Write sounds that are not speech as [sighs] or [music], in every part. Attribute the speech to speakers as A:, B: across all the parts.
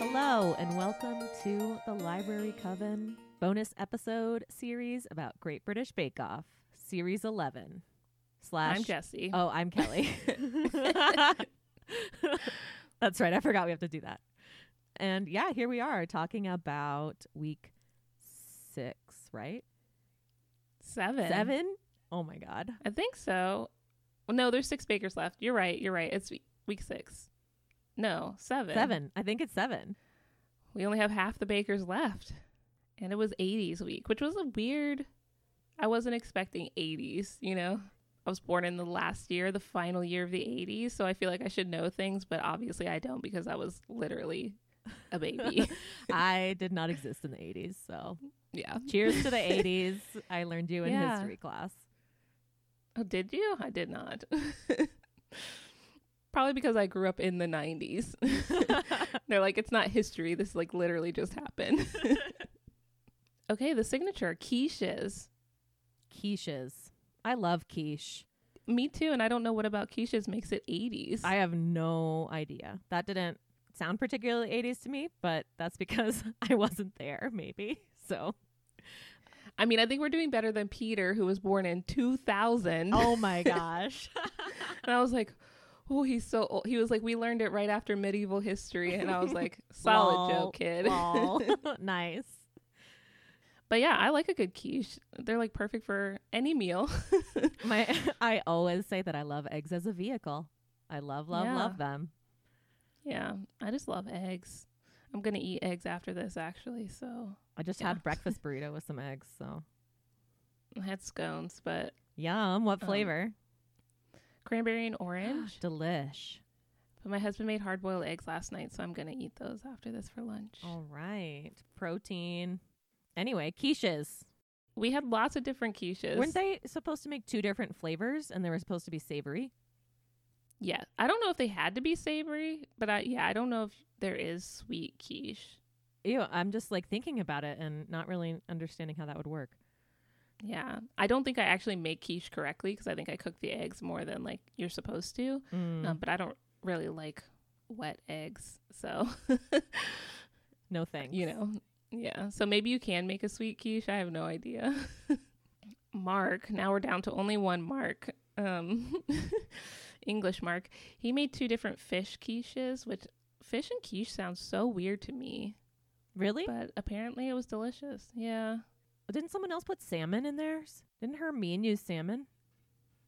A: and welcome to the Library Coven bonus episode series about Great British Bake Off, series 11. Slash.
B: I'm Jesse.
A: Oh, I'm
B: [laughs]
A: Kelly. [laughs] That's right. I forgot we have to do that. And yeah, here we are talking about week six, right?
B: Seven.
A: Seven? Oh my God.
B: I think so. Well, no, there's six bakers left. You're right. You're right. It's we- week six. No, seven.
A: Seven. I think it's
B: [laughs]
A: seven.
B: We only have half the bakers left. And it was 80s week, which was a weird. I wasn't expecting 80s, you know? I was born in the last year, the final year of the 80s, so I feel like I should know things, but obviously I don't because I was literally
A: [laughs]
B: a baby.
A: I did not exist in the 80s. So
B: yeah.
A: cheers to the
B: [laughs]
A: 80s. I learned you in
B: Yeah.
A: history
B: [laughs]
A: class.
B: Oh, did you? I did not. [laughs] Probably because I grew up in the 90s. [laughs] They're like, it's not history. This like literally just happened. [laughs] okay, the signature quiches.
A: Quiches. I love quiche.
B: Me too. And I don't know what about quiches makes it 80s.
A: I have no idea. That didn't sound particularly 80s to me, but that's because [laughs] I wasn't there, maybe. So,
B: I mean, I think we're doing better than Peter, who was born in 2000.
A: oh [laughs] my gosh.
B: And I was like, oh, he's so old. He was like, we learned it right after medieval history. And I
A: [laughs]
B: was like, solid
A: Lol,
B: joke, kid. [laughs]
A: lol. [laughs] nice.
B: But yeah, I like a good quiche. They're like perfect for any meal. [laughs]
A: My [laughs] I always say that I love eggs as a vehicle. I love love
B: Yeah.
A: love them.
B: Yeah, I just love eggs. I'm gonna eat eggs after this, actually. So
A: I just
B: Yeah.
A: had
B: [laughs]
A: breakfast burrito with some eggs, so
B: I had scones, but
A: yum. What
B: Um,
A: flavor?
B: cranberry and
A: [gasps]
B: orange.
A: Delish.
B: but my husband made hard boiled eggs last night, so I'm gonna eat those after this for lunch.
A: All right. Protein. Anyway, quiches.
B: We had lots of different quiches.
A: Weren't they supposed to make two different flavors and they were supposed to be savory?
B: Yeah, I don't know if they had to be savory, but I yeah, I don't know if there is sweet quiche.
A: Ew, I'm just like thinking about it and not really understanding how that would work.
B: Yeah, I don't think I actually make quiche correctly because I think I cook the eggs more than like you're supposed to.
A: Mm,
B: Um,
A: Mm-hmm.
B: but I don't really like wet eggs, so. [laughs]
A: no thanks.
B: you know yeah so maybe you can make a sweet quiche i have no idea [laughs] mark now we're down to only one mark um [laughs] english mark he made two different fish quiches which fish and quiche sounds so weird to me
A: Really?
B: but apparently it was delicious yeah
A: Didn't someone else put salmon in theirs? Didn't Hermine use salmon?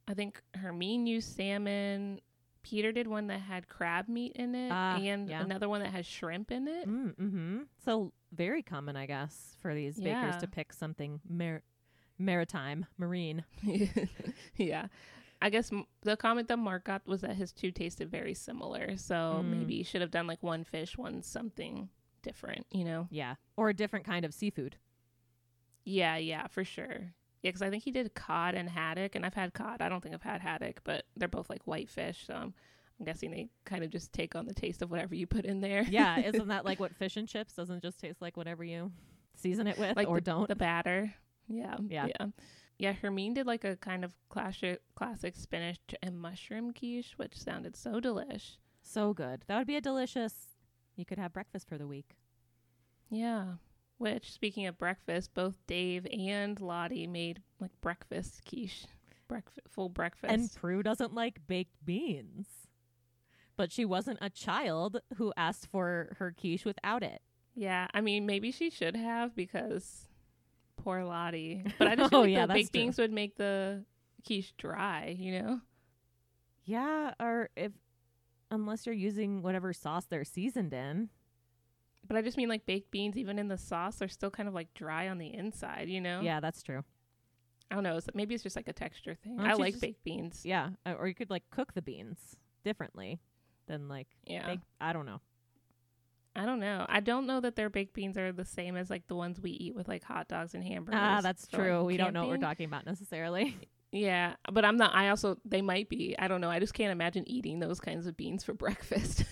B: i think hermine used salmon peter did one that had crab meat in it
A: Ah,
B: and
A: yeah.
B: another one that has shrimp in it
A: Mm, hmm So very common, I guess, for these bakers
B: Yeah.
A: to pick something mar- maritime, marine.
B: [laughs] yeah. I guess m- the comment that Mark got was that his two tasted very similar. So
A: Mm.
B: maybe you should have done like one fish, one something different, you know?
A: Yeah. Or a different kind of seafood.
B: Yeah, yeah, for sure. Yeah, because I think he did cod and haddock, and I've had cod. I don't think I've had haddock, but they're both like white fish. So I'm, I'm guessing they kind of just take on the taste of whatever you put in there.
A: Yeah. Isn't that like what fish and chips doesn't it just taste like whatever you season it with
B: [laughs] like
A: or
B: the,
A: don't?
B: the batter. Yeah,
A: Yeah.
B: yeah, yeah. Yeah, Hermine did like a kind of classic, classic spinach and mushroom quiche, which sounded so delish.
A: so good. That would be a delicious. You could have breakfast for the week.
B: Yeah. Which, speaking of breakfast, both Dave and Lottie made like breakfast quiche, breakfast full breakfast.
A: And Prue doesn't like baked beans. But she wasn't a child who asked for her quiche without it.
B: yeah, I mean, maybe she should have because
A: [laughs]
B: poor Lottie. But I just
A: Oh,
B: feel like
A: yeah,
B: the
A: that's
B: baked
A: true.
B: beans would make the quiche dry, you know?
A: Yeah, or if unless you're using whatever sauce they're seasoned in.
B: But I just mean like baked beans, even in the sauce, are still kind of like dry on the inside, you know?
A: Yeah, that's true.
B: I don't know. It's, maybe it's just like a texture thing.
A: Why don't
B: I
A: you
B: like
A: just-
B: baked beans.
A: Yeah, uh, or you could like cook the beans differently than like
B: Yeah.
A: bake. I don't know.
B: I don't know. I don't know that their baked beans are the same as like the ones we eat with like hot dogs and hamburgers.
A: Ah, that's
B: for, like,
A: true. we don't know what we're
B: camping.
A: talking about [laughs] necessarily.
B: Yeah, but I'm not. I also they might be. I don't know. I just can't imagine eating those kinds of beans
A: [laughs]
B: for [laughs] breakfast.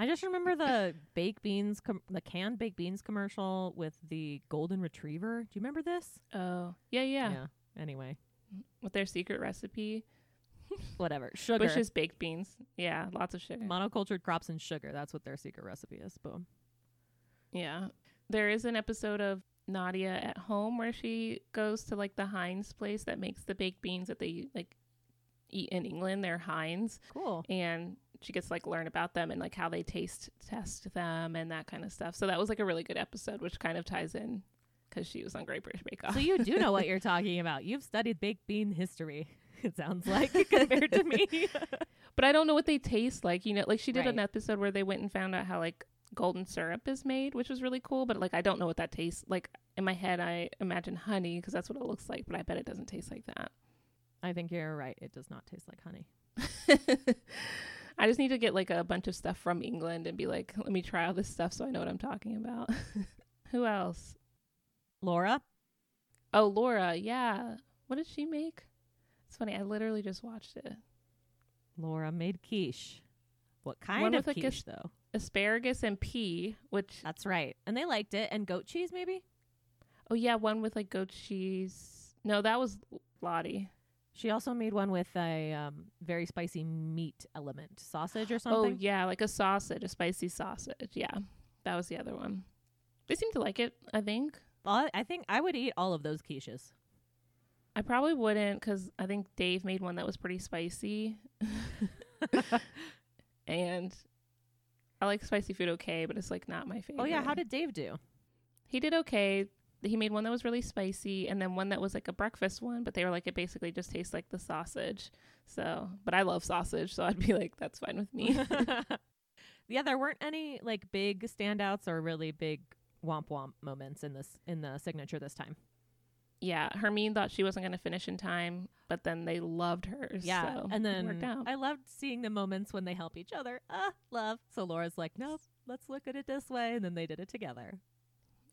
A: I just remember the baked beans, com- the canned baked beans commercial with the golden retriever. Do you remember this?
B: oh, yeah, yeah,
A: Anyway,
B: With their secret recipe,
A: whatever. Sugar.
B: Bush's baked beans. Yeah, lots of sugar.
A: monocultured crops and sugar. That's what their secret recipe is. Boom.
B: Yeah. There is an episode of Nadia at home where she goes to like the Heinz place that makes the baked beans that they like eat in England. They're Heinz.
A: Cool.
B: And she gets to, like learn about them and like how they taste test them and that kind of stuff. So that was like a really good episode, which kind of ties in because she was on Great British Bake
A: [laughs]
B: Off.
A: So you do know what you're talking about. You've studied baked bean history. [laughs] It sounds like [laughs] compared to me.
B: but I don't know what they taste like. You know, like she did an
A: Right.
B: episode where they went and found out how like golden syrup is made, which was really cool. But like I don't know what that tastes like. In my head, I imagine honey because that's what it looks like. But I bet it doesn't taste like that.
A: [laughs] I think you're right. It does not taste like honey.
B: I just need to get like a bunch of stuff from England and be like, let me try all this stuff so I know what I'm talking about. [laughs] Who else?
A: Laura,
B: Oh, Laura. Yeah. What did she make? It's funny. I literally just watched it.
A: Laura made quiche. What kind
B: One
A: of
B: with a
A: quiche
B: gus-
A: though?
B: Asparagus and pea, which
A: That's right. And they liked it. And goat cheese maybe?
B: oh yeah, one with like goat cheese. No, that was Lottie.
A: She also made one with a um, very spicy meat element, sausage or something.
B: Oh yeah, like a sausage, a spicy sausage. Yeah, that was the other one. They seem to like it. I think
A: Well, I think I would eat all of those quiches.
B: I probably wouldn't because I think Dave made one that was
A: [laughs]
B: pretty spicy, [laughs] and I like spicy food okay, but it's like not my favorite.
A: Oh yeah, how did Dave do?
B: he did okay? He made one that was really spicy, and then one that was like a breakfast one, but they were like it basically just tastes like the sausage. So, but I love sausage, so I'd be like, that's fine with [laughs] me.
A: [laughs] yeah, there weren't any like big standouts or really big womp womp moments in this in the signature this time.
B: yeah, Hermine thought she wasn't going to finish in time, but then they loved hers.
A: Yeah,
B: so
A: and
B: it worked
A: then
B: out.
A: I loved seeing the moments when they help each other. Ah, love. So Laura's like, nope, let's look at it this way, and then they did it together.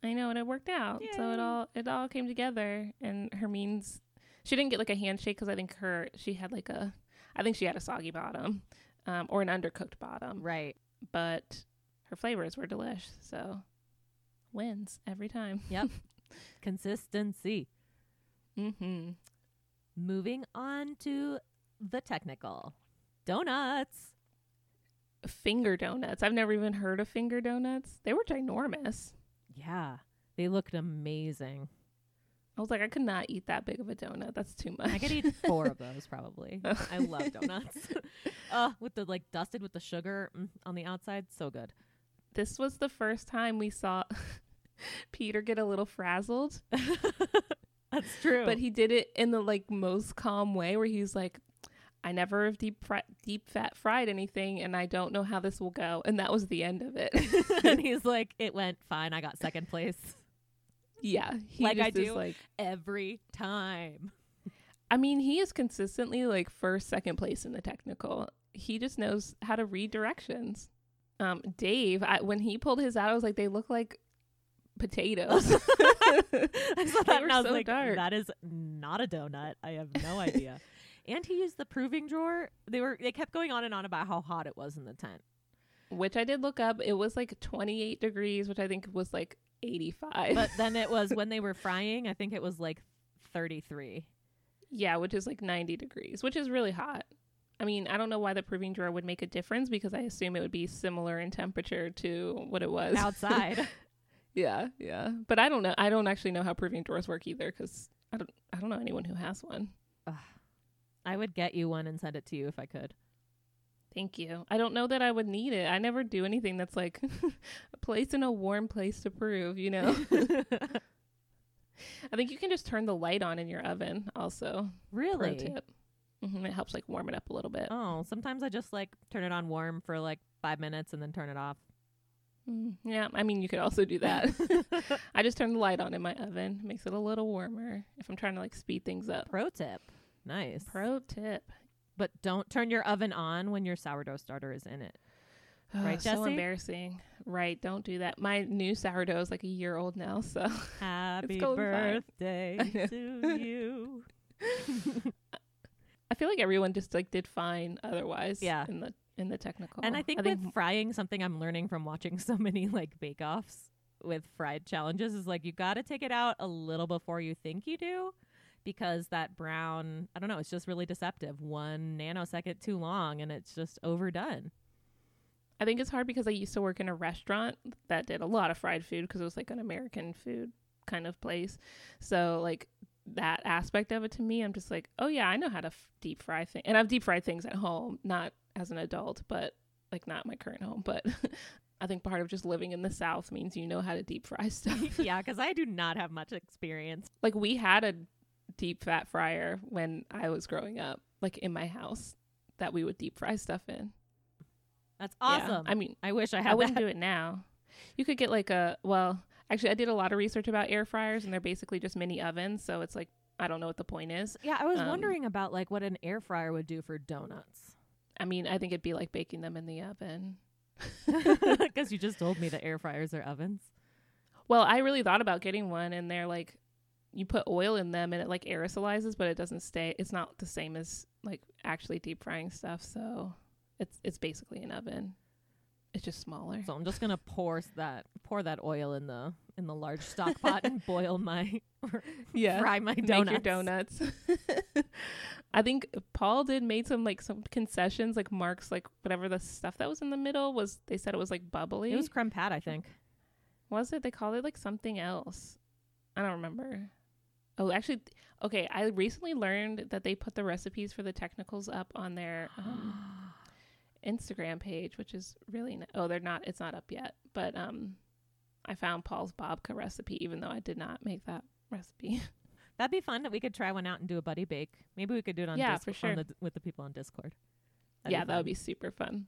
B: I know, and it worked out. So it
A: Yay.
B: all it all came together, and Hermine's she didn't get like a handshake because I think her she had like a I think she had a soggy bottom, um, or an undercooked bottom,
A: Right.
B: but her flavors were delish, so wins every time.
A: Yep. Consistency.
B: Mm-hmm.
A: Moving on to the technical donuts.
B: Finger donuts. I've never even heard of finger donuts. They were ginormous.
A: Yeah, they looked amazing.
B: I was like, I could not eat that big of a donut. That's too much.
A: I could eat four
B: [laughs]
A: of those probably. I love donuts. [laughs] uh, with the like dusted with the sugar mm, on the outside, so good. [laughs]
B: this was the first time we saw [laughs] Peter get a little frazzled,
A: That's true.
B: but he did it in the like most calm way where he's like, I never have deep fri- deep fat fried anything and I don't know how this will go. And that was the end of it.
A: [laughs]
B: [laughs]
A: and he's like, it went fine. I got second place
B: yeah. He
A: Like I
B: just is
A: do.
B: like
A: every time. [laughs]
B: I mean, he is consistently like first, second place in the technical. He just knows how to read directions. Um, Dave, I, when he pulled his out, I was like, they look like potatoes.
A: I saw
B: Oh. [laughs] They
A: that
B: were
A: and I was
B: so
A: like,
B: dark.
A: that is not a donut. I have no
B: [laughs]
A: idea. and he used the proving drawer. They were they kept going on and on about how hot it was in the
B: [laughs]
A: tent.
B: which I did look up. It was like 28 degrees, which I think was like 85.
A: But then it was when they were frying, I think it was like
B: [laughs]
A: 33.
B: yeah, which is like 90 degrees, which is really hot. I mean, I don't know why the proving drawer would make a difference because I assume it would be similar in temperature to what it was
A: outside.
B: yeah, yeah. But I don't know. I don't actually know how proving drawers work either because I don't. I don't know anyone who has one.
A: I would get you one and send it to you if I could.
B: Thank you. I don't know that I would need it. I never do anything that's like [laughs] a place in a warm place to prove. You [laughs] know. I think you can just turn the light on in your oven. Also, pro
A: [laughs] Really?
B: tip. hmm It helps like warm it up a little bit.
A: Oh, sometimes I just like turn it on warm for like five minutes and then turn it
B: [laughs]
A: off.
B: Mm, yeah, I mean you could also do [laughs] that. I just turn the light on in my oven, makes it a little warmer if I'm trying to like speed things up.
A: Pro tip. Nice.
B: Pro tip. [sighs]
A: but don't turn your oven on when your sourdough starter is in it.
B: Oh,
A: Right,
B: so
A: Jesse?
B: embarrassing. Right, don't do that. My new sourdough is like a year old now, so
A: Happy
B: going fine.
A: birthday
B: [laughs] I know.
A: to you.
B: I feel like everyone just like did fine otherwise.
A: Yeah.
B: in the in the technical.
A: And Oh, I think, with frying something I'm learning from watching [laughs] so many like bake offs with fried challenges is like you gotta take it out a little before you think you do because that brown I don't know, [laughs] it's just really deceptive. One nanosecond too long and it's just overdone.
B: I think it's hard because I used to work in a restaurant that did a lot of fried food because it was like an American food kind of place. So like that aspect of it to me, I'm just like, oh yeah, I know how to f- deep fry things, and I've deep fried things at home, not as an adult, but like not my current home, but. [laughs] I think part of just living in the South means you know how to deep fry [laughs] stuff.
A: yeah, because I do not have much experience.
B: like we had a deep fat fryer when I was growing up, like in my house that we would deep fry stuff in.
A: That's
B: Yeah.
A: awesome.
B: I mean,
A: I wish I
B: I
A: had
B: wouldn't
A: that.
B: do it now. You could get like a well, actually I did a lot of research about air fryers and they're basically just mini ovens, so it's like I don't know what the point is.
A: [laughs] Yeah, I was
B: um,
A: wondering about like what an air fryer would do for [laughs] donuts.
B: I mean, I think it'd be like baking them in the oven.
A: [laughs]
B: [laughs]
A: Because you just told me that air fryers are ovens.
B: Well, I really thought about getting one and they're like you put oil in them and it like aerosolizes, but it doesn't stay. It's not the same as like actually deep frying stuff, so it's it's basically an oven. It's just smaller. [laughs]
A: So I'm just gonna pour s- that pour that oil in the in the large stock pot and boil my [laughs]
B: Yeah.
A: fry my donuts.
B: Make your donuts. [laughs] I think Paul did made some like some concessions, like Mark's like whatever the stuff that was in the middle was. They said it was like bubbly.
A: It was creme pat, I think.
B: Was it? They called it like something else. I don't remember. Oh, actually, th- okay. I recently learned that they put the recipes for the technicals up on their
A: [gasps]
B: um, Instagram page, which is really n oh, they're not. It's not up yet, but um, I found Paul's babka recipe, even though I did not make that recipe.
A: [gasps]
B: [laughs]
A: That'd be fun that we could try one out and do a buddy bake. Maybe we could do it on
B: Yeah,
A: Disc-
B: for
A: on
B: sure.
A: the, with the people on Discord.
B: yeah, that would
A: fun.
B: be super fun.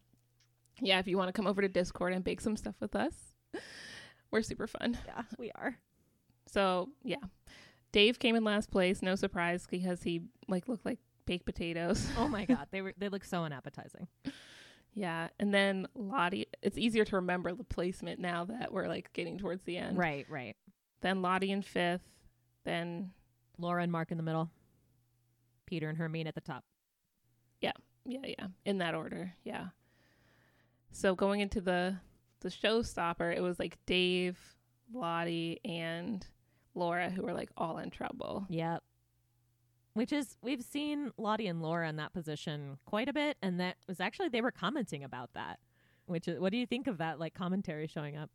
B: Yeah, if you want to come over to Discord and bake some stuff with us, [laughs] we're super fun.
A: yeah, we are.
B: So yeah, Dave came in last place, no surprise because he like looked like baked potatoes.
A: [laughs] Oh my god, they were they look so unappetizing.
B: yeah, and then Lottie. It's easier to remember the placement now that we're like getting towards the end.
A: Right, right.
B: Then Lottie in fifth. Then
A: Laura and Mark in the middle. Peter and Hermine at the top.
B: yeah, yeah, in that order. Yeah. So going into the the showstopper, it was like Dave, Lottie, and Laura who were like all in trouble.
A: Yep. Which is we've seen Lottie and Laura in that position quite a bit, and that was actually they were commenting about that. Which is, what do you think of that like commentary showing up?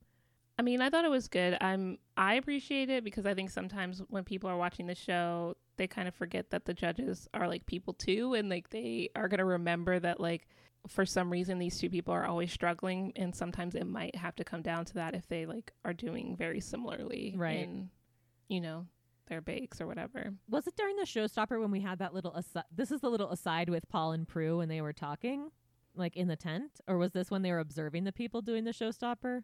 B: I mean, I thought it was good. I'm I appreciate it because I think sometimes when people are watching the show, they kind of forget that the judges are like people too and like they are going to remember that like for some reason these two people are always struggling and sometimes it might have to come down to that if they like are doing very similarly
A: Right.
B: in you know, their bakes or whatever.
A: Was it during the showstopper when we had that little aside? This is the little aside with Paul and Prue when they were talking, like in the tent, or was this when they were observing the people doing the showstopper?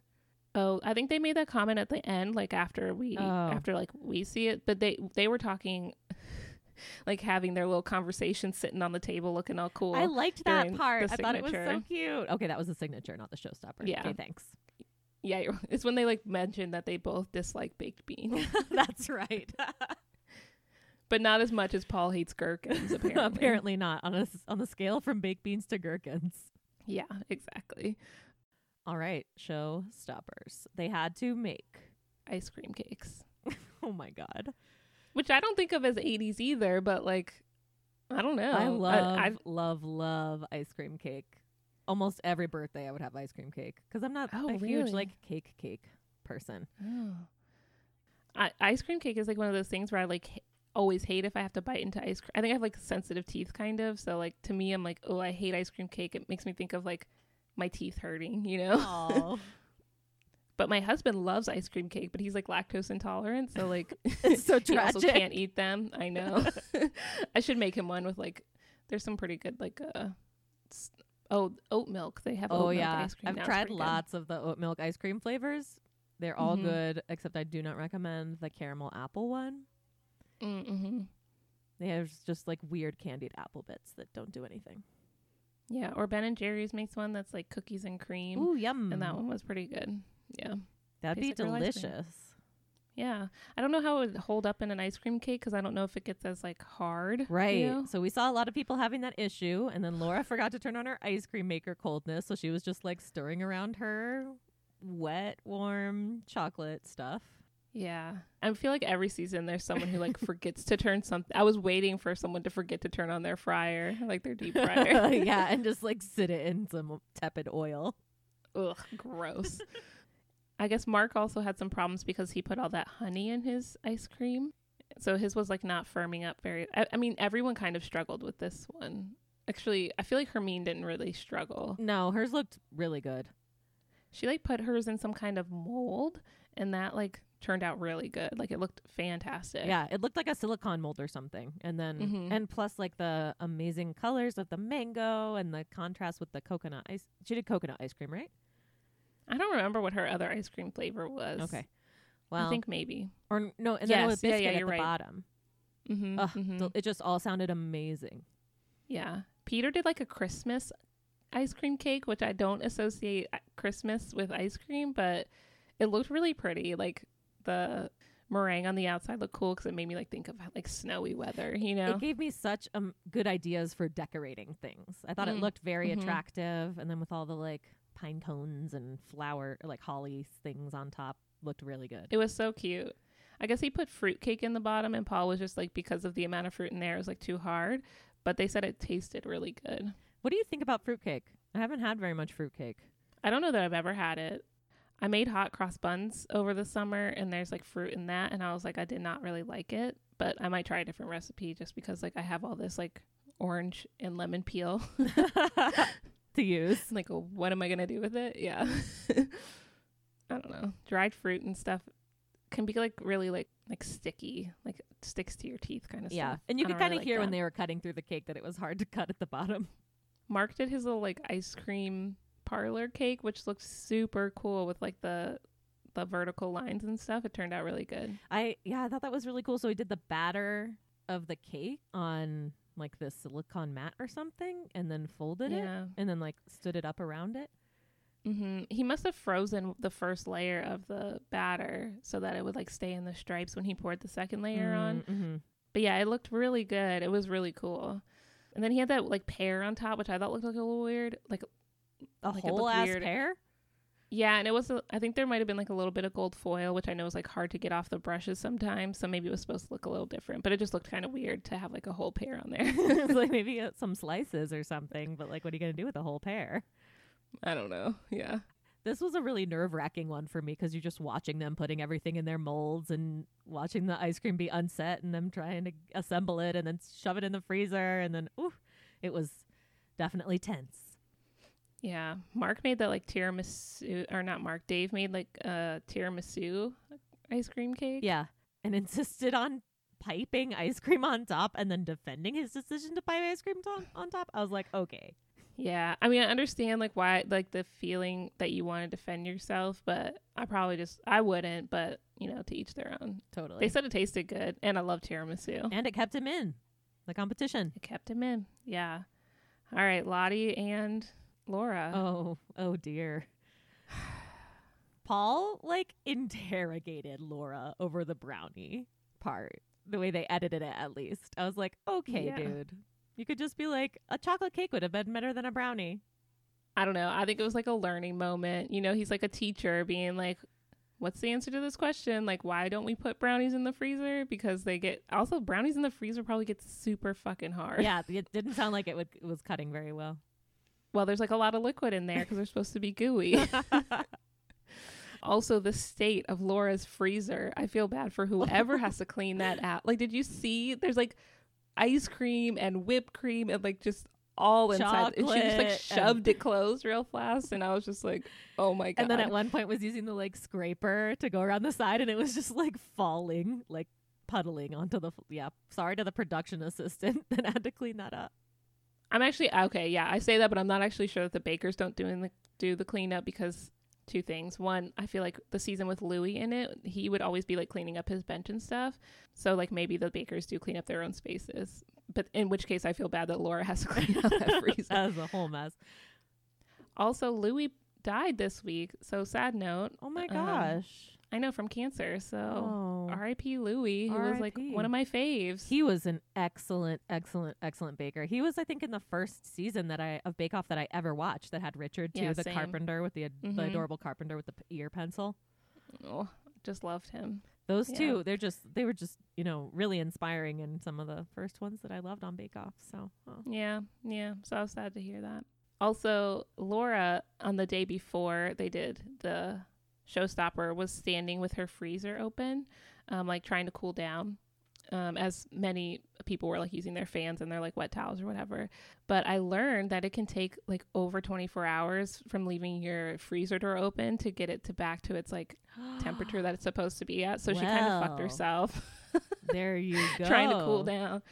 B: Oh, I think they made that comment at the end, like after we
A: Oh.
B: after like we see it, but they they were talking [laughs] like having their little conversation sitting on the table looking all cool.
A: I liked that
B: during
A: part.
B: the
A: I thought it was so
B: signature.
A: cute. Okay, that was the signature, not the showstopper.
B: Yeah.
A: Okay, thanks. [laughs]
B: yeah, you're- [laughs] it's when they like mentioned that they both dislike baked beans, [laughs]
A: That's right. [laughs]
B: but not as much as Paul hates
A: [laughs]
B: gherkins apparently.
A: Apparently not on a s- on the scale from baked beans to gherkins.
B: Yeah, exactly.
A: All right, show stoppers. They had to make. [laughs]
B: Ice cream cakes,
A: Oh my god.
B: which I don't think of as 80s either, but like I don't know.
A: I love
B: I, I've,
A: love love ice cream cake. Almost every birthday I would have ice cream cake cuz I'm not
B: Oh,
A: a huge
B: really?
A: like cake cake person.
B: Oh. I, ice cream cake is like one of those things where I like h- always hate if I have to bite into ice cream. I think I have like sensitive teeth, kind of. So like to me, I'm like, oh, I hate ice cream cake. It makes me think of like my teeth hurting, [laughs] you
A: [laughs]
B: know.
A: Oh.
B: [laughs] But my husband loves ice cream cake, but he's like lactose intolerant, so like
A: it's so
B: he also
A: tragic.
B: can't eat them.
A: [laughs]
B: I know. I should make him one with like. There's some pretty good like uh, s- oh oat milk. They have
A: Oh
B: oat milk
A: yeah.
B: ice cream. now.
A: I've
B: It's
A: tried
B: pretty good.
A: lots of the oat milk ice cream flavors. They're all
B: Mhm.
A: good except I do not recommend the caramel apple one.
B: Mm, mhm.
A: There's just like weird candied apple bits that don't do anything.
B: Yeah, or Ben and Jerry's makes one that's like cookies and cream.
A: Ooh, yum.
B: and that one was pretty good. Yeah,
A: That'd be
B: tastes like real ice cream.
A: delicious.
B: yeah. I don't know how it would hold up in an ice cream cake because I don't know if it gets as like hard. you
A: Right.
B: know?
A: So we saw a lot of people having that issue, and then Laura forgot to turn on her ice cream maker coldness, so she was just like stirring around her wet, warm chocolate stuff.
B: Yeah, I feel like every season there's someone who like forgets to turn something. I was waiting for someone to forget to turn on
A: [laughs]
B: their fryer, like their deep fryer.
A: yeah, and just like sit it in some tepid oil.
B: Ugh, gross. I guess Mark also had some problems because he put all that honey in his ice cream. So his was like not firming up very. I, I mean, everyone kind of struggled with this one. Actually, I feel like Hermine didn't really struggle.
A: No, hers looked really good.
B: She like put hers in some kind of mold and that like turned out really good. Like it looked fantastic.
A: Yeah, it looked like a silicone mold or something. And then
B: Mhm.
A: and plus like the amazing colors of the mango and the contrast with the coconut ice. She did coconut ice cream, right?
B: I don't remember what her other ice cream flavor was.
A: Okay. Well,
B: I think maybe.
A: or n- no, and then it
B: Yes,
A: was
B: yeah, yeah,
A: biscuit at the
B: you're right.
A: bottom.
B: Mm-hmm,
A: Ugh, del- it just all sounded amazing.
B: Yeah. Peter did like a Christmas ice cream cake, which I don't associate uh, Christmas with ice cream, but it looked really pretty. Like the meringue on the outside looked cool because it made me like think of like snowy weather, you know?
A: It gave me such um, good ideas for decorating things. I thought it
B: Mm.
A: looked very
B: Mhm.
A: attractive, and then with all the like pine cones and flower, like holly things on top, looked really good.
B: It was so cute. I guess he put fruitcake in the bottom, and Paul was just like, because of the amount of fruit in there, it was like too hard. But they said it tasted really good.
A: What do you think about fruitcake? I haven't had very much [laughs] fruitcake.
B: I don't know that I've ever had it. I made hot cross buns over the summer, and there's like fruit in that, and I was like, I did not really like it, but I might try a different recipe just because like I have all this like orange and lemon peel. [laughs]
A: to use.
B: It's like, what am I gonna do with it? Yeah, [laughs] I don't know. Dried fruit and stuff can be like really like like sticky, like sticks to your teeth kind of
A: Yeah.
B: stuff.
A: And you
B: I
A: could
B: don't
A: kind of
B: really like
A: hear when
B: that.
A: they were cutting through the cake that it was hard to cut at the bottom.
B: Mark did his little like ice cream parlor cake, which looked super cool with like the the vertical lines and stuff. It turned out really good.
A: I yeah, I thought that was really cool. So he did the batter of the cake on like this silicone mat or something and then folded it
B: yeah.
A: and then like stood it up around it.
B: hmm He must have frozen the first layer of the batter so that it would like stay in the stripes when he poured the second layer on.
A: Mm-hmm.
B: But yeah, it looked really good. It was really cool. And then he had that like pear on top, which I thought looked like a little weird. Like
A: A
B: Like, it
A: whole
B: looked
A: ass
B: weird.
A: pear?
B: yeah, and it was. A, I think there might have been like a little bit of gold foil, which I know is like hard to get off the brushes sometimes. So maybe it was supposed to look a little different, but it just looked kind of weird to have like a whole pear on there.
A: [laughs]
B: [laughs]
A: It's like maybe uh, some slices or something, but like what are you going to do with a whole pear?
B: I don't know. Yeah.
A: This was a really nerve wracking one for me because you're just watching them putting everything in their molds and watching the ice cream be unset and them trying to assemble it and then shove it in the freezer. And then, ooh, it was definitely tense.
B: Yeah, Mark made that like tiramisu, or not Mark. Dave made like a tiramisu ice cream cake.
A: Yeah. And insisted on piping ice cream on top and then defending his decision to pipe ice cream to- on top. I was like, okay.
B: yeah. I mean, I understand like why, like the feeling that you want to defend yourself, but I probably just I wouldn't. But you know, to each their own.
A: Totally.
B: They said it tasted good, and I love tiramisu.
A: and it kept him in the competition.
B: It kept him in. Yeah. All right, Lottie and Laura.
A: Oh, oh dear. Paul like interrogated Laura over the brownie part. The way they edited it at least. I was like, "Okay,
B: Yeah.
A: dude. You could just be like a chocolate cake would have been better than a brownie."
B: I don't know. I think it was like a learning moment. You know, he's like a teacher being like, what's the answer to this question? Like, why don't we put brownies in the freezer? Because they get also brownies in the freezer probably get super fucking hard.
A: yeah, it didn't sound like it, would, it was cutting very
B: [laughs]
A: well.
B: Well, there's like a lot of liquid in there because they're supposed to
A: [laughs]
B: be gooey. also, the state of Laura's freezer. I feel bad for whoever has to clean that out. Like, did you see? There's like ice cream and whipped cream and like just all inside. And she just
A: Chocolate
B: like
A: and-
B: shoved it closed real fast. And I was just like, oh my God.
A: And then at one point was using the like scraper to go around the side and it was just like falling, like puddling onto the f- yeah. Sorry to the production assistant [laughs] that had to clean that up.
B: I'm actually okay. Yeah, I say that, but I'm not actually sure that the bakers don't do in the do the cleanup because two things. One, I feel like the season with Louis in it, he would always be like cleaning up his bench and stuff. So like maybe the bakers do clean up their own spaces, but in which case I feel bad that Laura has to [laughs] clean up
A: [laughs]
B: that freezer.
A: that was a whole mess.
B: also, Louis died this week, so sad note.
A: Oh my
B: Um,
A: gosh.
B: I know from cancer, so
A: oh.
B: R.I.P. Louis, who was like
A: R.I.P..
B: one of my faves.
A: He was an excellent, excellent, excellent baker. He was, I think, in the first season that I of Bake Off that I ever watched that had Richard too,
B: Yeah,
A: the
B: same.
A: carpenter with the, ad- the
B: Mhm.
A: adorable carpenter with the p- ear pencil.
B: oh, just loved him.
A: Those
B: Yeah.
A: two, they're just they were just you know really inspiring
B: [gasps]
A: in some of the first ones that I loved on Bake Off. So oh.
B: Yeah, yeah. So I was sad to hear that. Also, Laura, on the day before they did the showstopper, was standing with her freezer open, um, like trying to cool down. Um, as many people were like using their fans and their like wet towels or whatever. But I learned that it can take like over 24 hours from leaving your freezer door open to get it to back to its like temperature that it's supposed to be at. So she kind of
A: Wow.
B: fucked herself
A: [gasps]
B: [laughs]
A: there you go.
B: trying to cool down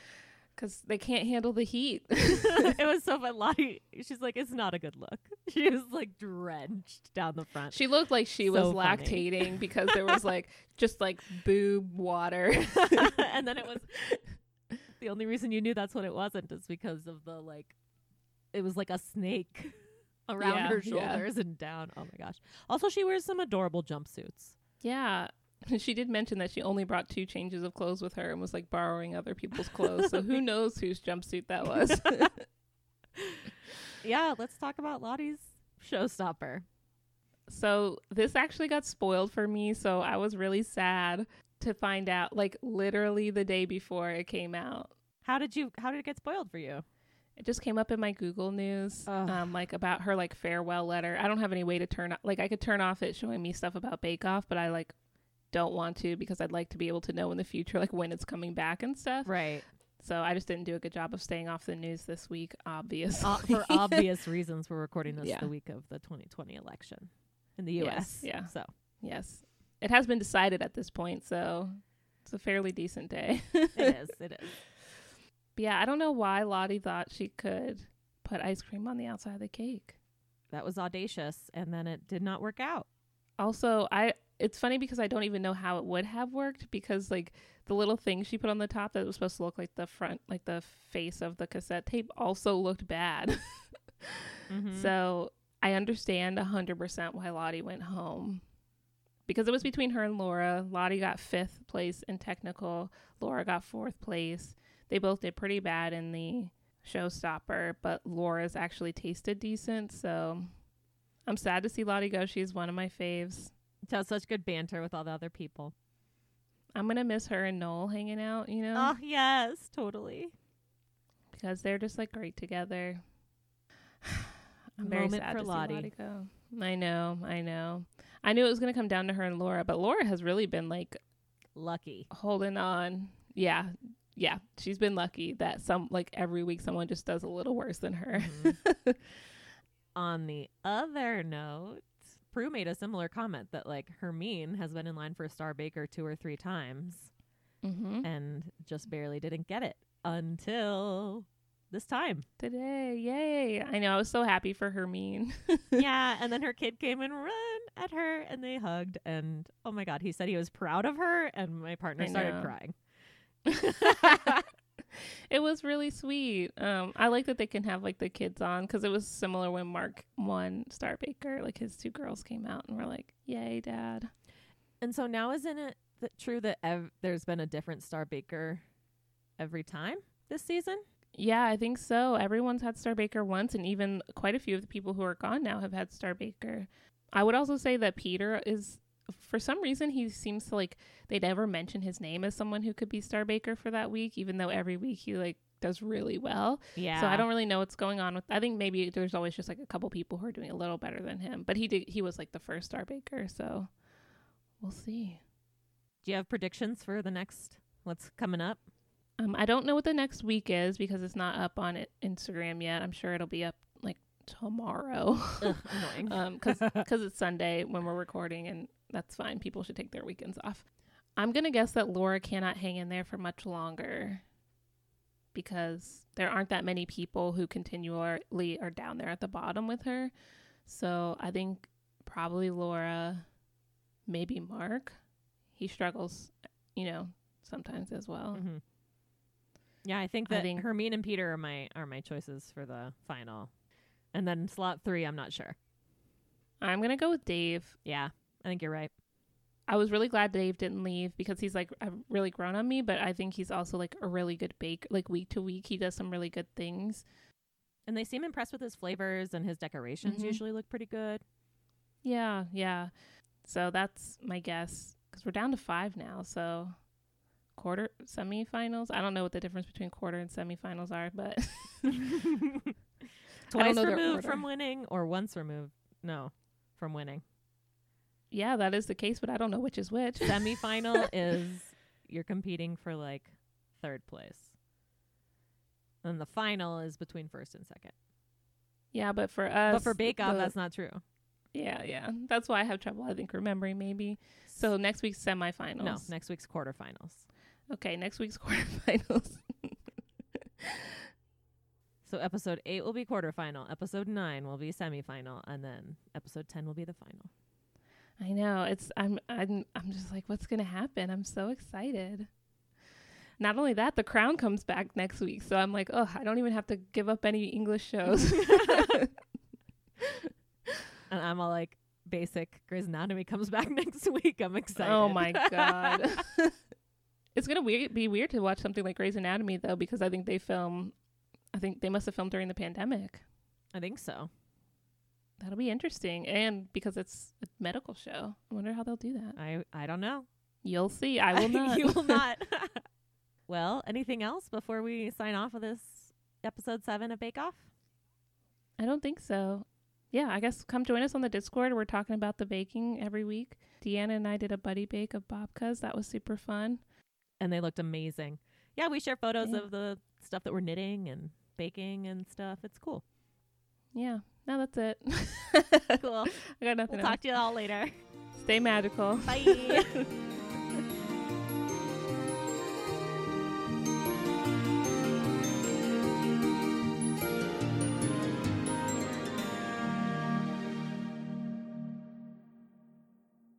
B: because they can't handle the heat.
A: [laughs] it was so fun. Lottie, she's like, it's not a good look. [laughs] She was like drenched down the front.
B: She looked like she was
A: So funny.
B: lactating because there
A: [laughs]
B: was like just like boob water. [laughs]
A: and then it was [laughs] the only reason you knew that's what it wasn't is because of the like, it was like a snake [laughs] around
B: Yeah,
A: her
B: yeah.
A: shoulders and down. Oh my gosh. Also, she wears some adorable jumpsuits.
B: Yeah. She did mention that she only brought two changes of clothes with her and was like borrowing other people's clothes.
A: [laughs]
B: So who knows whose jumpsuit that was?
A: Yeah, let's talk about Lottie's showstopper.
B: so this actually got spoiled for me. So I was really sad to find out, like literally the day before it came out.
A: How did you? How did it get spoiled for you?
B: It just came up in my Google News,
A: Ugh.
B: um, like about her like farewell letter. I don't have any way to turn like I could turn off it showing me stuff about Bake Off, but I like don't want to because I'd like to be able to know in the future like when it's coming back and stuff.
A: Right,
B: So I just didn't do a good job of staying off the news this week, obviously. [laughs]
A: uh, for obvious reasons, we're recording this
B: Yeah.
A: the week of the 2020 election in the
B: Yes,
A: U.S.
B: yeah. [laughs]
A: So
B: yes. It has been decided at this point, so it's a fairly decent day. [laughs] but
A: it is. It is.
B: yeah, I don't know why Lottie thought she could put ice cream on the outside of the cake.
A: That was audacious, and then it did not work out.
B: Also, I it's funny because I don't even know how it would have worked because like the little thing she put on the top that was supposed to look like the front like the face of the cassette tape also looked bad. [laughs] Mm-hmm.
A: Mhm.
B: So I understand 100% why Lottie went home. Because it was between her and Laura. Lottie got fifth place in technical, Laura got fourth place. They both did pretty bad in the showstopper, but Laura's actually tasted decent. So I'm sad to see Lottie go. She's one of my faves.
A: It has such good banter with all the other people.
B: I'm going to miss her and Noel hanging out, you know?
A: Oh yes, totally.
B: because they're just like great together. I'm very
A: Moment
B: sad
A: for
B: to see
A: Lottie.
B: Lottie go. I know, I know. I knew it was going to come down to her and Laura, but Laura has really been like
A: Lucky.
B: holding on. Yeah, yeah, she's been lucky that some like every week someone just does a little worse than her.
A: Mhm. [laughs] On the other note, Prue made a similar comment that like Hermine has been in line for a Star Baker two or three times.
B: Mm-hmm.
A: and just barely didn't get it until this [laughs] time.
B: Today, yay! I know. I was so happy for Hermine.
A: yeah, and then her kid came and ran at her and they hugged and oh my god, he said he was proud of her and my partner
B: I
A: started
B: know.
A: crying.
B: [laughs] it was really sweet. Um, I like that they can have like the kids on because it was similar when Mark won Star Baker. Like his two girls came out and were like, "Yay, Dad!"
A: And so now isn't it th- true that ev- there's been a different Star Baker every time this season?
B: Yeah, I think so. Everyone's had Star Baker once, and even quite a few of the people who are gone now have had Star Baker. I would also say that Peter is, for some reason, he seems to like they never mention his name as someone who could be Star Baker for that week, even though every week he like does really well.
A: Yeah.
B: So I don't really know what's going on with. I think maybe there's always just like a couple people who are doing a little better than him, but he did. He was like the first star baker, so we'll see.
A: Do you have predictions for the next what's coming up?
B: Um, I don't know what the next week is because it's not up on it, Instagram yet. I'm sure it'll be up like tomorrow, [laughs]
A: Ugh, [laughs] annoying.
B: um, [laughs] because it's Sunday when we're recording, and that's fine. People should take their weekends off. I'm gonna guess that Laura cannot hang in there for much longer because there aren't that many people who continually are down there at the bottom with her. So I think probably Laura, maybe Mark. He struggles, you know, sometimes as well.
A: hmm Yeah, I think
B: I
A: that
B: think-
A: Hermine and Peter are my are my choices for the final, and then slot three, I'm not sure.
B: I'm gonna go with Dave.
A: Yeah, I think you're right.
B: I was really glad Dave didn't leave because he's like uh, really grown on me, but I think he's also like a really good baker. Like week to week, he does some really good things.
A: And they seem impressed with his flavors, and his decorations
B: Mhm.
A: usually look pretty
B: [laughs]
A: good.
B: Yeah, yeah. So that's my guess because we're down to five now. So quarter
A: [laughs]
B: semifinals. I don't know what the difference between quarter and semifinals are, but
A: Twice
B: know their
A: removed from
B: order.
A: winning or once removed? No, from winning.
B: [laughs] Yeah, that is the case, but I don't know which is which.
A: Semifinal is you're competing for like third place. And the final is between first and second.
B: Yeah, but for us,
A: but for Bake Off,
B: the-
A: that's not true.
B: yeah, yeah. That's why I have trouble. I think remembering maybe. So next week's semifinals.
A: No, next week's quarterfinals.
B: Okay, next week's [laughs] quarterfinals.
A: So episode eight will be quarterfinal, episode nine will be semifinal, and then episode ten will be the final.
B: I know. It's I'm I'm I'm just like, what's gonna happen? I'm so excited. Not only that, the crown comes back next week, so I'm like, oh, I don't even have to give up any English
A: [laughs]
B: shows.
A: And I'm all like, basic Grey's Anatomy comes [laughs] back next week. I'm excited.
B: oh
A: [laughs]
B: my god. it's gonna weird, be weird to watch something like Grey's Anatomy though, because I think they film. I think they must have filmed during the pandemic.
A: I think so.
B: That'll be interesting, and because it's a medical show, I wonder how they'll do that.
A: I I don't know.
B: You'll see. I will
A: [laughs]
B: not.
A: you will not.
B: [laughs]
A: well, anything else before we sign off of this episode seven of Bake Off?
B: I don't think so. Yeah, I guess come join us on the Discord. We're talking about the baking every week. Deanna and I did a buddy bake of babkas. That was super fun.
A: And they looked amazing. Yeah, we share photos
B: Yeah.
A: of the stuff that we're knitting and baking and stuff. It's cool.
B: Yeah, now that's it. [laughs]
A: Cool.
B: I got nothing
A: we'll
B: else.
A: talk to you all later. [laughs]
B: Stay magical.
A: Bye.